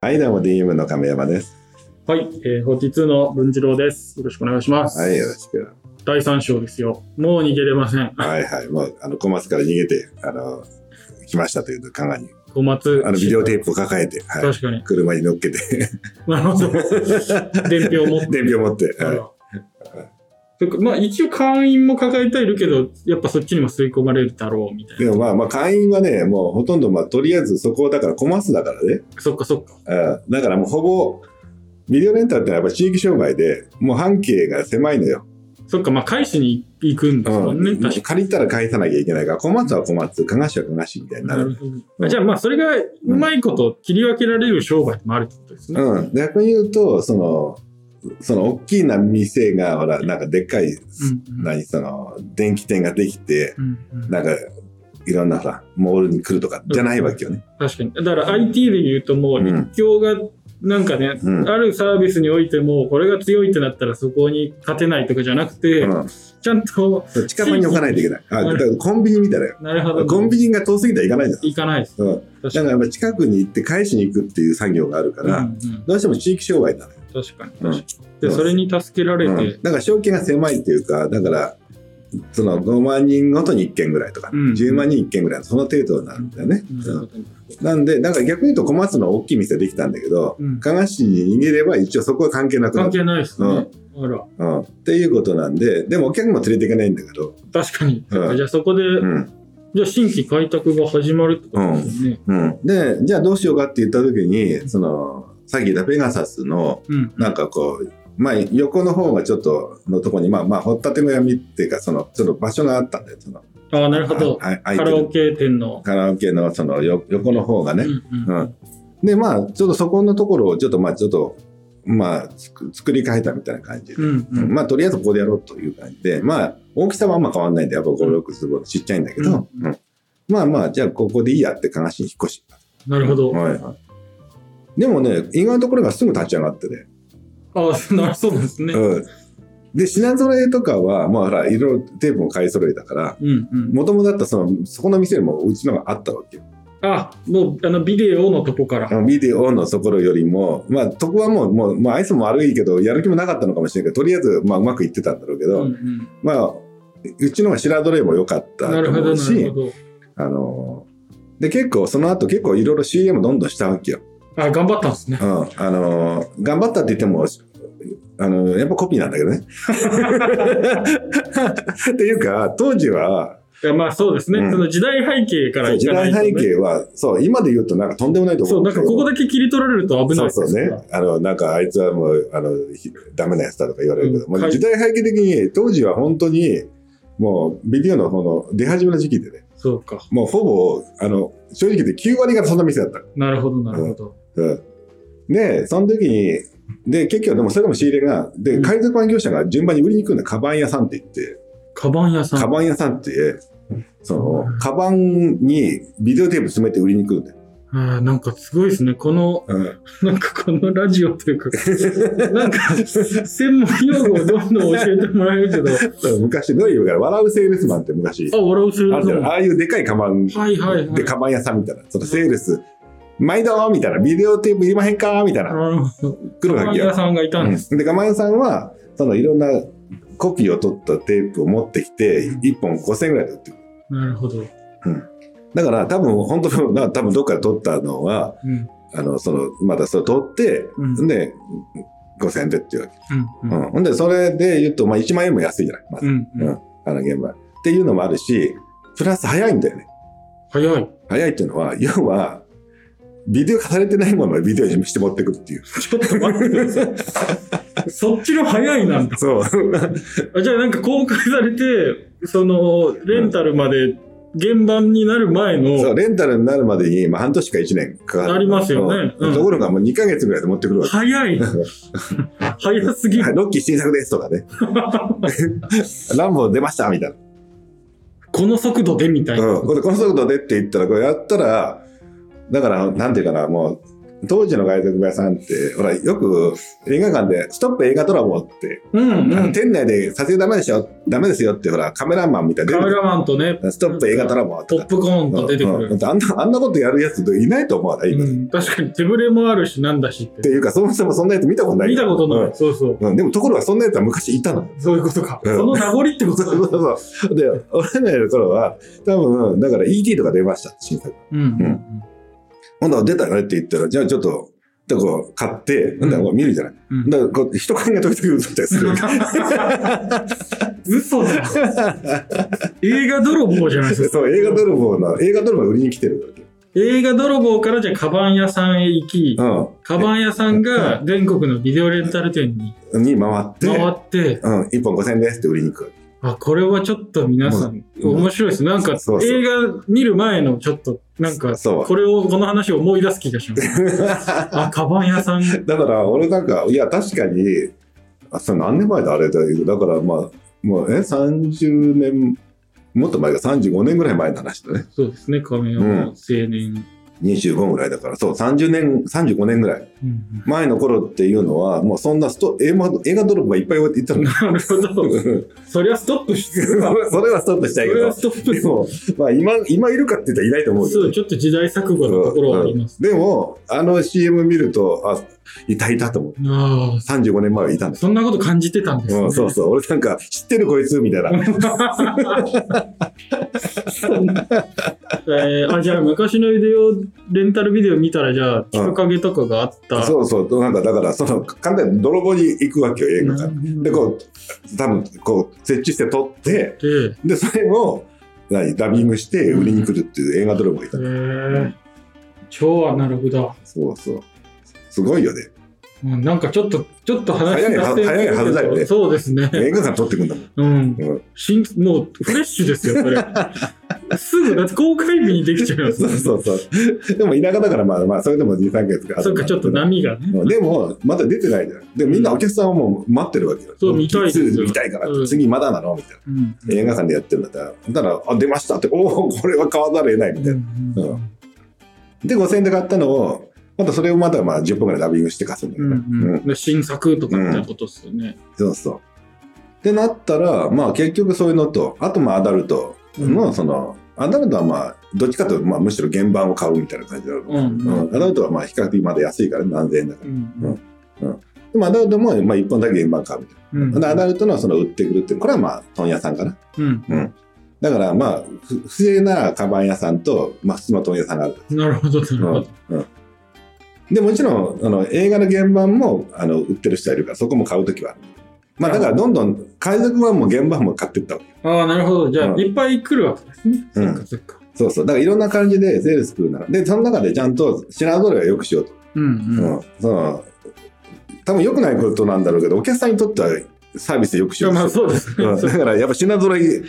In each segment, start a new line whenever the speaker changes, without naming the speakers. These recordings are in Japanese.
はい、どうも DM の亀山です。
はい、えー、42の文次郎です。よろしくお願いします。
はい、よろしく。
第3章ですよ。もう逃げれません。
はいはい、もう、あの、小松から逃げて、あの、来ましたというか、に、
小松。
あの、ビデオテープを抱えて、はい、
確かに。
車に乗っけて、
なるほど。伝票持って。
伝票持って、
な
は
る
い
ほどそっかまあ一応会員も抱えているけど、やっぱそっちにも吸い込まれるだろうみたい
で
な。
もまあまあ、会員はね、もうほとんど、まあ、とりあえずそこだから、小松だからね。
そっかそっか。
うん、だからもうほぼ、ビデオレンタルってのはやっぱ地域商売で、もう半径が狭いのよ。
そっか、まあ返しに行くんですも
うん
ね。
ん。
確か
借りたら返さなきゃいけないから、小松は小松、加賀市は加賀市みたい
に。
にな
なる
る。
ほど。
うん
じゃあまあそれがうまいこと切り分けられる商売でもあるってことですね。
うん、逆に言うとそのその大きな店がほらなんかでっかい、
うん
何その電気店ができて
うんうん
なんかいろんなほらモールに来るとかじゃないわけよね。
確かに。だから IT で言うともう
うん
一強がなんかね、
うん
あるサービスにおいてもこれが強いってなったらそこに勝てないとかじゃなくて、
うん、
ちゃんと、
そう近場に置かないといけない。あだからコンビニみたいなよ。
なるほど、
コンビニが遠すぎたら行かないじゃん。
行かないです。
うん、だ
確
か
から
やっぱ近くに行って返しに行くっていう作業があるか
に。
ら、
うんうん
どうしても地域商売なのよ。
確かに確
う
か
ん
にでそれに助けられて、
うん、だから証券が狭いっていうかだからその5万人ごとに1件ぐらいとか、
うん
10万人1件ぐらいその程度なんだよね。
な
うん
るほど
なんで、なんか逆に言うと小松の大きい店できたんだけど、
うん
加賀市に逃げれば一応そこは関係なくな
関
る。
係ないですね、あら
うん、っていうことなんで、でもお客も連れていけないんだけど、
確かに、
うん
じゃあそこで、
うん、
じゃあ新規開拓が始まるってことですよね、
うん。で、じゃあどうしようかって言った時に、その、さっき言ったペガサスの、
うん
なんかこう、まあ横の方がちょっとのとこに、まあまあ、掘ったての闇っていうか、その、ちょっと場所があったんだよ、その、
ああなるほど
ああ
カ
空いて
ラオ
る
ケ店の、
カラオケのそのよ横の方がね、
うんうん
うんでまあちょっとそこのところをちょっとまあちょっとまあつく作り変えたみたいな感じで、
うんうん
まあとりあえずここでやろうという感じでまあ大きさはあんま変わんないんでやっぱ56坪ちっちゃいんだけど、
うん
うんまあまあじゃあここでいいやって悲しい引っ越し
なるほど、
はいはい、でもね意外なところがすぐ立ち上がってね、
ああ なるそうなんですね、
うん、で品揃えとかはまあほらいろいろテープも買い揃えたから
うんうん、
元々だったそのそこの店よりもうちのがあったわけよ
あもうあのビデオのとこから、
ビデオのところよりも、まあ、とこはもう、もう、まあ、アイスも悪いけど、やる気もなかったのかもしれないけど、とりあえず、まあ、うまくいってたんだろうけ
う
ど、
んうん、
まあ、うちの方が白取れも良かった
な
と
るほ
思
ど
う
なる
し
ほ、ど
あの、で、結構、その後、結構いろいろ CM どんどんしたわけよ。
あ頑張ったんですね
うん。あの、頑張ったって言っても、あの、やっぱコピーなんだけどね。 っていうか、当時は、
いやまあそうですね、
うん
その時代背景からい
時
かな
代
いと、ね、
背景は、そう、今で言うとなんかとんでもないと思
そううんな
だ
ん
けど
かここだけ切り取られると危ないです
そうそうね。あの、なんかあいつはもう、あの、ひダメなやつだとか言われるけど、
うん
も
は
う
い
時代背景的に、当時は本当に、もう、ビデオの方の出始めの時期でね、
そうか
もうほぼ、あの、正直言って9割がそんな店だった。
なるほどなるほど、
うん。で、その時に、で、結局でもそれでも仕入れが、
う
で、
ん
海賊版業者が順番に売りに来るんだ。カバン屋さんって言って、
カバン屋さん
カバン屋さんって、その、カバンにビデオテープ詰めて売りに来るんだよ。
あーなんかすごいですねこの
うん。
なんかこのラジオとい うかなんか専門用語をどんどん教えてもらえるけ ど
昔、どういうから、笑うセールスマンって昔、
あ笑うする
あるじゃんああいうでかいカバン
はいはいはい
で、カバン屋さんみたいな、そのセールス、毎度みたいな、ビデオテープいりまへんかみたい
あ
な、
なるほど
来る
カ
わ
バン
け
屋
よ。
さんがいたんです、
うんで、カバン屋さんは、そのいろんなコピーを取ったテープを持ってきて、1本5000円ぐらいで売ってくる。
なるほど、
だから、多分、本当な多分どっかで取ったのは、
うん
あの、その、またそれ取って、
うん
で、5000円でっていうわけ。
うんう
うんん。ほんで、それで言うと、まあ、1万円も安いじゃない、まず、
うんうん
うんあの、現場。っていうのもあるし、プラス早いんだよね。
早い
早いっていうのは、要は、ビデオ化されてないものをビデオにして持ってくるっ ていう。
ちょっと待ってください。 そっちの早いなんだ。
そう。
あじゃあなんか公開されて、その、レンタルまで、現版になる前
そう、
の、
レンタルになるまでに、まあ、半年か1年かかる。
なりますよね
うん
うん
ところがもう2ヶ月ぐらいで持ってく るわけ。
早い。早すぎ
はい
る。
ロッキー新作ですとかね。ランボー出ましたみたいな。
この速度でみたいな。
うん。この速度でって言ったら、これやったら、だから、なんていうかな、もう、当時の外国語屋さんって、ほら、よく映画館で、ストップ映画ドラゴンって、
うんう
あの
ん。
店内で撮影ダメでしょダメですよって、ほら、カメラマンみたいな
カ
の出
メ
てく
ラマンとね、
る。ストップ映画ドラゴン
ポ
と
ッ
か。
プコーンと出てく
うんう
る。
んあんなあんなことやるやついないと思わない、今
うん確かに手ぶれもあるし、なんだしっ
って
て。
いうか、そもそもそんなやつ見たことない。
見たことない。そうそう。
うん、うんでもところがそんなやつは昔いたの。
そういうことか。
うん
その名残ってこ
そ
と
う
だ。
そうそう。で、俺らの頃は、多分、だから ET とか出ました、新作。
うんうん
ほんなら出たよねって言ったら、じゃあちょっと、でこう買って、なんだこう見るじゃない。
うん
だからこう、人影が時々映ったりする。
嘘だよ。映画泥棒じゃないですか。
そう、映画泥棒の、映画泥棒が売りに来てるわけ。
映画泥棒からじゃあカバン屋さんへ行き、
う
カバン屋さんが全国のビデオレンタル店に
ん。に回って、
回って、
うん、1本5000円ですって売りに行く。
あ、これはちょっと皆さん
うん
面白いです。なんか
そうそう
映画見る前のちょっと、なんか
そう
これを、この話を思い出す気がします。 あ、カバン屋さん。
だから、俺なんか、いや、確かに、あ、それ何年前だあれだけど、だからまあ、もう、え、30年、もっと前か、35年ぐらい前の話だね。
そうですね、カメラ
うん
の青年。
25ぐらいだから、そう、30年、35年ぐらい。
うんうん
前の頃っていうのは、もうそんなスト映画映画泥棒がいっぱいいたの。
なるほど。そりゃストップし
それ はストップした
そ
いけ
れは
ど。
ストップ
でも、まあ今、今いるかって言ったらいないと思うけ
そ
ど
う、ちょっと時代錯誤のところはあります。
でも、あの CM 見ると、あ、いたいたと思う。
ああ、
35年前はいたんだ。
そんなこと感じてたんですね。
うん、 そうそう。俺なんか、知ってるこいつみたいな。
えーあじゃあ昔のビデオレンタルビデオ見たらじゃあ人影とかがあった、
そうそう。なんか、だから、その、簡単に泥棒に行くわけよ、映画が
なる。ほど
で、こう、多分、こう、設置して撮って、
で
で、それを、何、ダビングして売りに来るっていう映画泥棒がい
え
た。
ー、超アナログだ、
そうそう。すごいよね。
うん、なんかちょっとちょっと話
早いは
脱線するけど
早いはずだよね
そうですね
映画館撮ってくんだもん。
うん、
うん
新もうフレッシュですよ それすぐだって公開日にできちゃいます
そうそうそう。でも田舎だから、まあまあ、それでも2、3ヶ月か。
そっかちょっと波がね
でも、まだ出てないじゃん。で、みんなお客さんはもう待ってるわけよ。
そう見たいですよ
次見たいから、
うん
次まだなのみたい
うん
な。映画館でやってるんだったら、だから、あ、出ましたって、おお、これは買わざるを得ないみたいな。
う
うん
ん
で、5000円で買ったのを、またそれをまだまあ10分ぐらいダビングして貸すんだ
う
よね。
ん
う
うんんで新作とかってことですよね、
そうそう。ってなったら、まあ結局そういうのと、あとまあアダルトの、その、アダルトはまあ、どっちかというと、まあむしろ原版を買うみたいな感じだろう
うんうん
うん、アダルトはまあ比較的まだ安いから、ね、何千円だから。
うん
でもアダルトもまあ1本だけ円盤買うみたい
うん
な。でアダルトのはその売ってくるっていう、これはまあ問屋さんかな。
うん、
だからまあ、ふ不正なカバン屋さんと、まあ普通の問屋さんがある。
なるほどなるほど、
で、もちろん、あの映画の原版もあの売ってる人はいるから、そこも買うときはある。まあだからどんどん海賊版も原版も買っていったわけ。
ああなるほどじゃあ、
うん
いっぱい来るわけですね、
うん
そっかそっか
そうそう。だからいろんな感じでセールス来るなら。で、その中でちゃんと品揃えは良くしようと。
うんうん、
うん。その多分良くないことなんだろうけど、お客さんにとってはサービス良くし
い
よ
や
うと
まあ
する
そうで
う
すね、
んだ
そ
からやっぱ品揃え、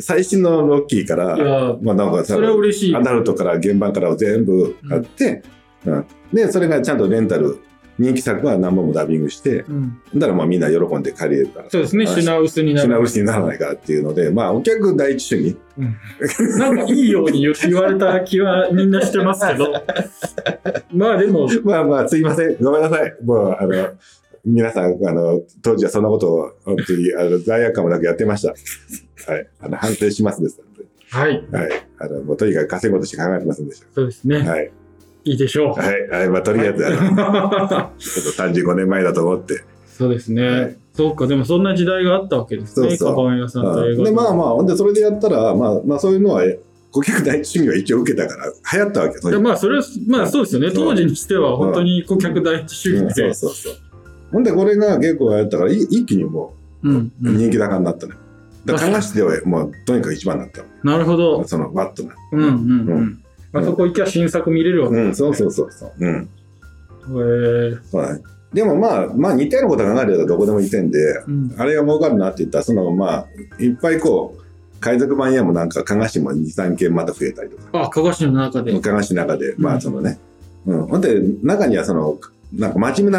最新のロッキーから、
いや
まあなんかさ
それは嬉しい
アダルトから現場からを全部買って、うんで、それがちゃんとレンタル、人気作は何本もダビングして、
うん、
だからまあみんな喜んで借りれるから。
そうです
う
ね
ん
品薄にな
品
る
薄にならないからっていうので、まあお客第一主義。
なんかいいように言う言われた気はみんなしてます けどまあでも
まあまあ、すいません。ごめんなさい。もう、あの、皆さん、あの、当時はそんなことを、本当に、あの、罪悪感もなくやってました。はい。あの、反省しますです。
はい
はい。あの、もうとにかく稼ぐことしか考えてませんでし
そうですね、
た。はい。
い、いでしょ う
はい。はい。まあ、とりあえず、あの、ちょっと35年前だと思って。
そうですね、
はい
そうかでもそんな時代があったわけですね
そうそう
カバン屋さんと映
うん
画
で、まあまあ、ほんで、それでやったら、まあ、まあ、そういうのは、え顧客第一主義は一応受けたから、流行ったわけ。とに
で
かく
まあそれはまあそうですよね当時にしては本当に顧客第一主
うん
義
そう
で
そうそう。ほんで、これが結構やったから、い一気にも
うん
う、
うん
人気高になったね。だから、考えしては、もう、とにかく一番になった。
なるほど
そのワットな。
うんうん
う
うんあそこ行きゃ新作見れるわけ
うん、そうそうそうそう。うん。
へえ
そうだね。でもまあ、まあ似たようなこと考えればどこでも似てんで、
うん
あれが儲かるなって言ったら、そのまあ、いっぱいこう、海賊版やもなんか、加賀市も2、3件また増えたりとか、
あ、加賀市の中で。
加賀市の中で、ま
う
あ
ん
そのね、うん。ほんで、中にはその、なんか真面目な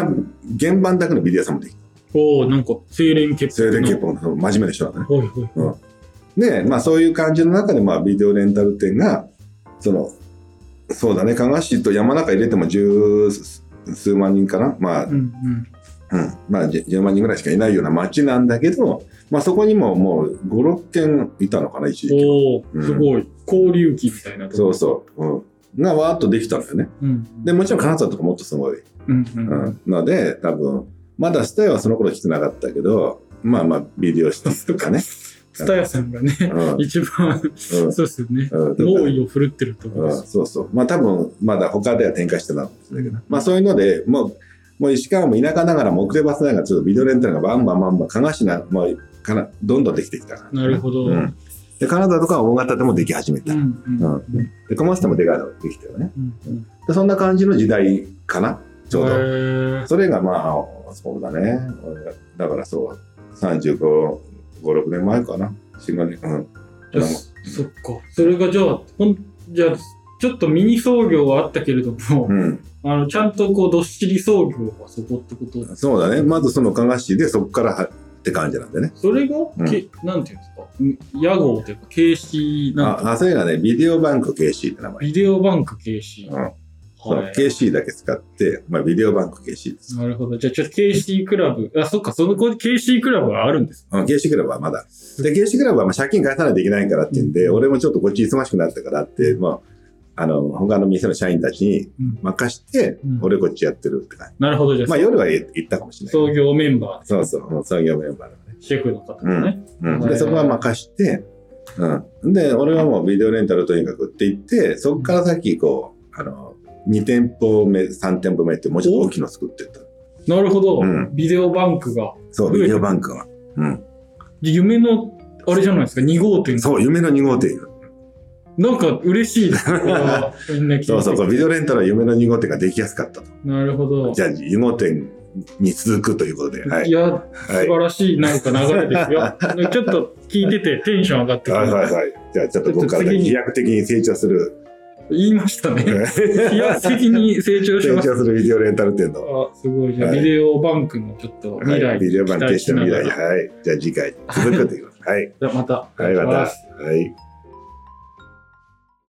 原版だけのビデオ屋さんもできて、
おお、なんか、清廉潔
それで
白の。
結構その真面目な人だね。
ほいほい。
で、まあそういう感じの中で、まあビデオレンタル店が、その、そうだね、加賀市と山中入れても十数万人かな、まあ、
うんうん
うん、まあじゅ 10, 万人ぐらいしかいないような町なんだけど、まあ、そこにももう56軒いたのかな一時期
お
う
お
ん
すごい交流期みたいなとこ
そうそう、うん、がわーっとできたんだよね
うん
でもちろん金沢とかもっとすごい、
うんう
うん
んうん
ので多分まだスタイはその頃来てなかったけどまあまあビデオ室とかね、
蔦屋さんがね
うん うん
一番そうですよね
うん
猛威を振るってるとこ
う
ろ
ん
です
そうそうまあ多分まだ他では展開してたんですけど、まあ、そういうのでもうもう石川も田舎ながらも遅ればせながらちょっとビデオレンタルがバンバンバンバン加賀市な、まあ、からどんどんできてきたから
なるほどう
うんん、でカナダとかは大型でもでき始め
う
た、
んうん
でコマスタもでかいのができたよね
うん
でそんな感じの時代かなちょうど、
へえ
それがまあそうだねだからそう3556年前かな45年うん
じゃあそっかそれがじゃあほんじゃあちょっとミニ創業はあったけれども
うん、
あのちゃんとこうどっしり創業はそこってこと
そうだねまずその加賀市でそこからはって感じなんでね
それが、
うん
けなんていうんですかん屋号というか形式なんか
ああそれがねビデオバンク KC って名前、
ビデオバンク形式、
うんそう
はい
KC だけ使って、まあ、ビデオバンク KC です、
なるほどじゃあちょっと KC クラブあそっかその子 KC クラブはあるんです
うん、KC クラブはまだ。で、KC クラブはまあ借金返さないといけないからって言うんで、
うん
俺もちょっとこっち忙しくなったからって、まあ、あの、他の店の社員たちに
うん
任して
うん、
俺こっちやってるって感じ。
なるほどじゃあ、
まあ、夜は行ったかもしれ
創
ない。
業メンバー
そうそう、うん創業メンバーだか
シェフの方とかね、
らね。うん。
へ
で、
ー
そこは任して、うん。で、俺はもうビデオレンタルとにかくって言って、そこからさっきこう、あの、2店舗目、3店舗目ってもうちょっと大きいの作ってった。
なるほど、
うん
ビデオバンクが
そう、ビデオバンクは。うん。
で夢のあれじゃないですか2号店
そう、夢の2号店。
なんか嬉し いですこれはみんな聞いて
そうそう、これビデオレンタルは夢の2号店ができやすかったと。
なるほど
じゃあ、湯号店に続くということで、はいい。
や、
い
素晴らしいなんか流れですよ。ちょっと聞いててテンション上がってく
はい
る。
はいはい。じゃあ、ちょっとここから
ちょっと次に
飛躍的に成長す る、
言いましたね。飛
成
躍的に成長し
長
ますす。
るビデオレンタル店の、
あ、すごい。じゃあ、
はい
ビデオバンクのちょっと未
は
来
い、ビデオ版決しての未来、
期待しながら
はい。じゃあ、次回続くということで、はい。
じゃあまた。
はい、また。
お願します
はい。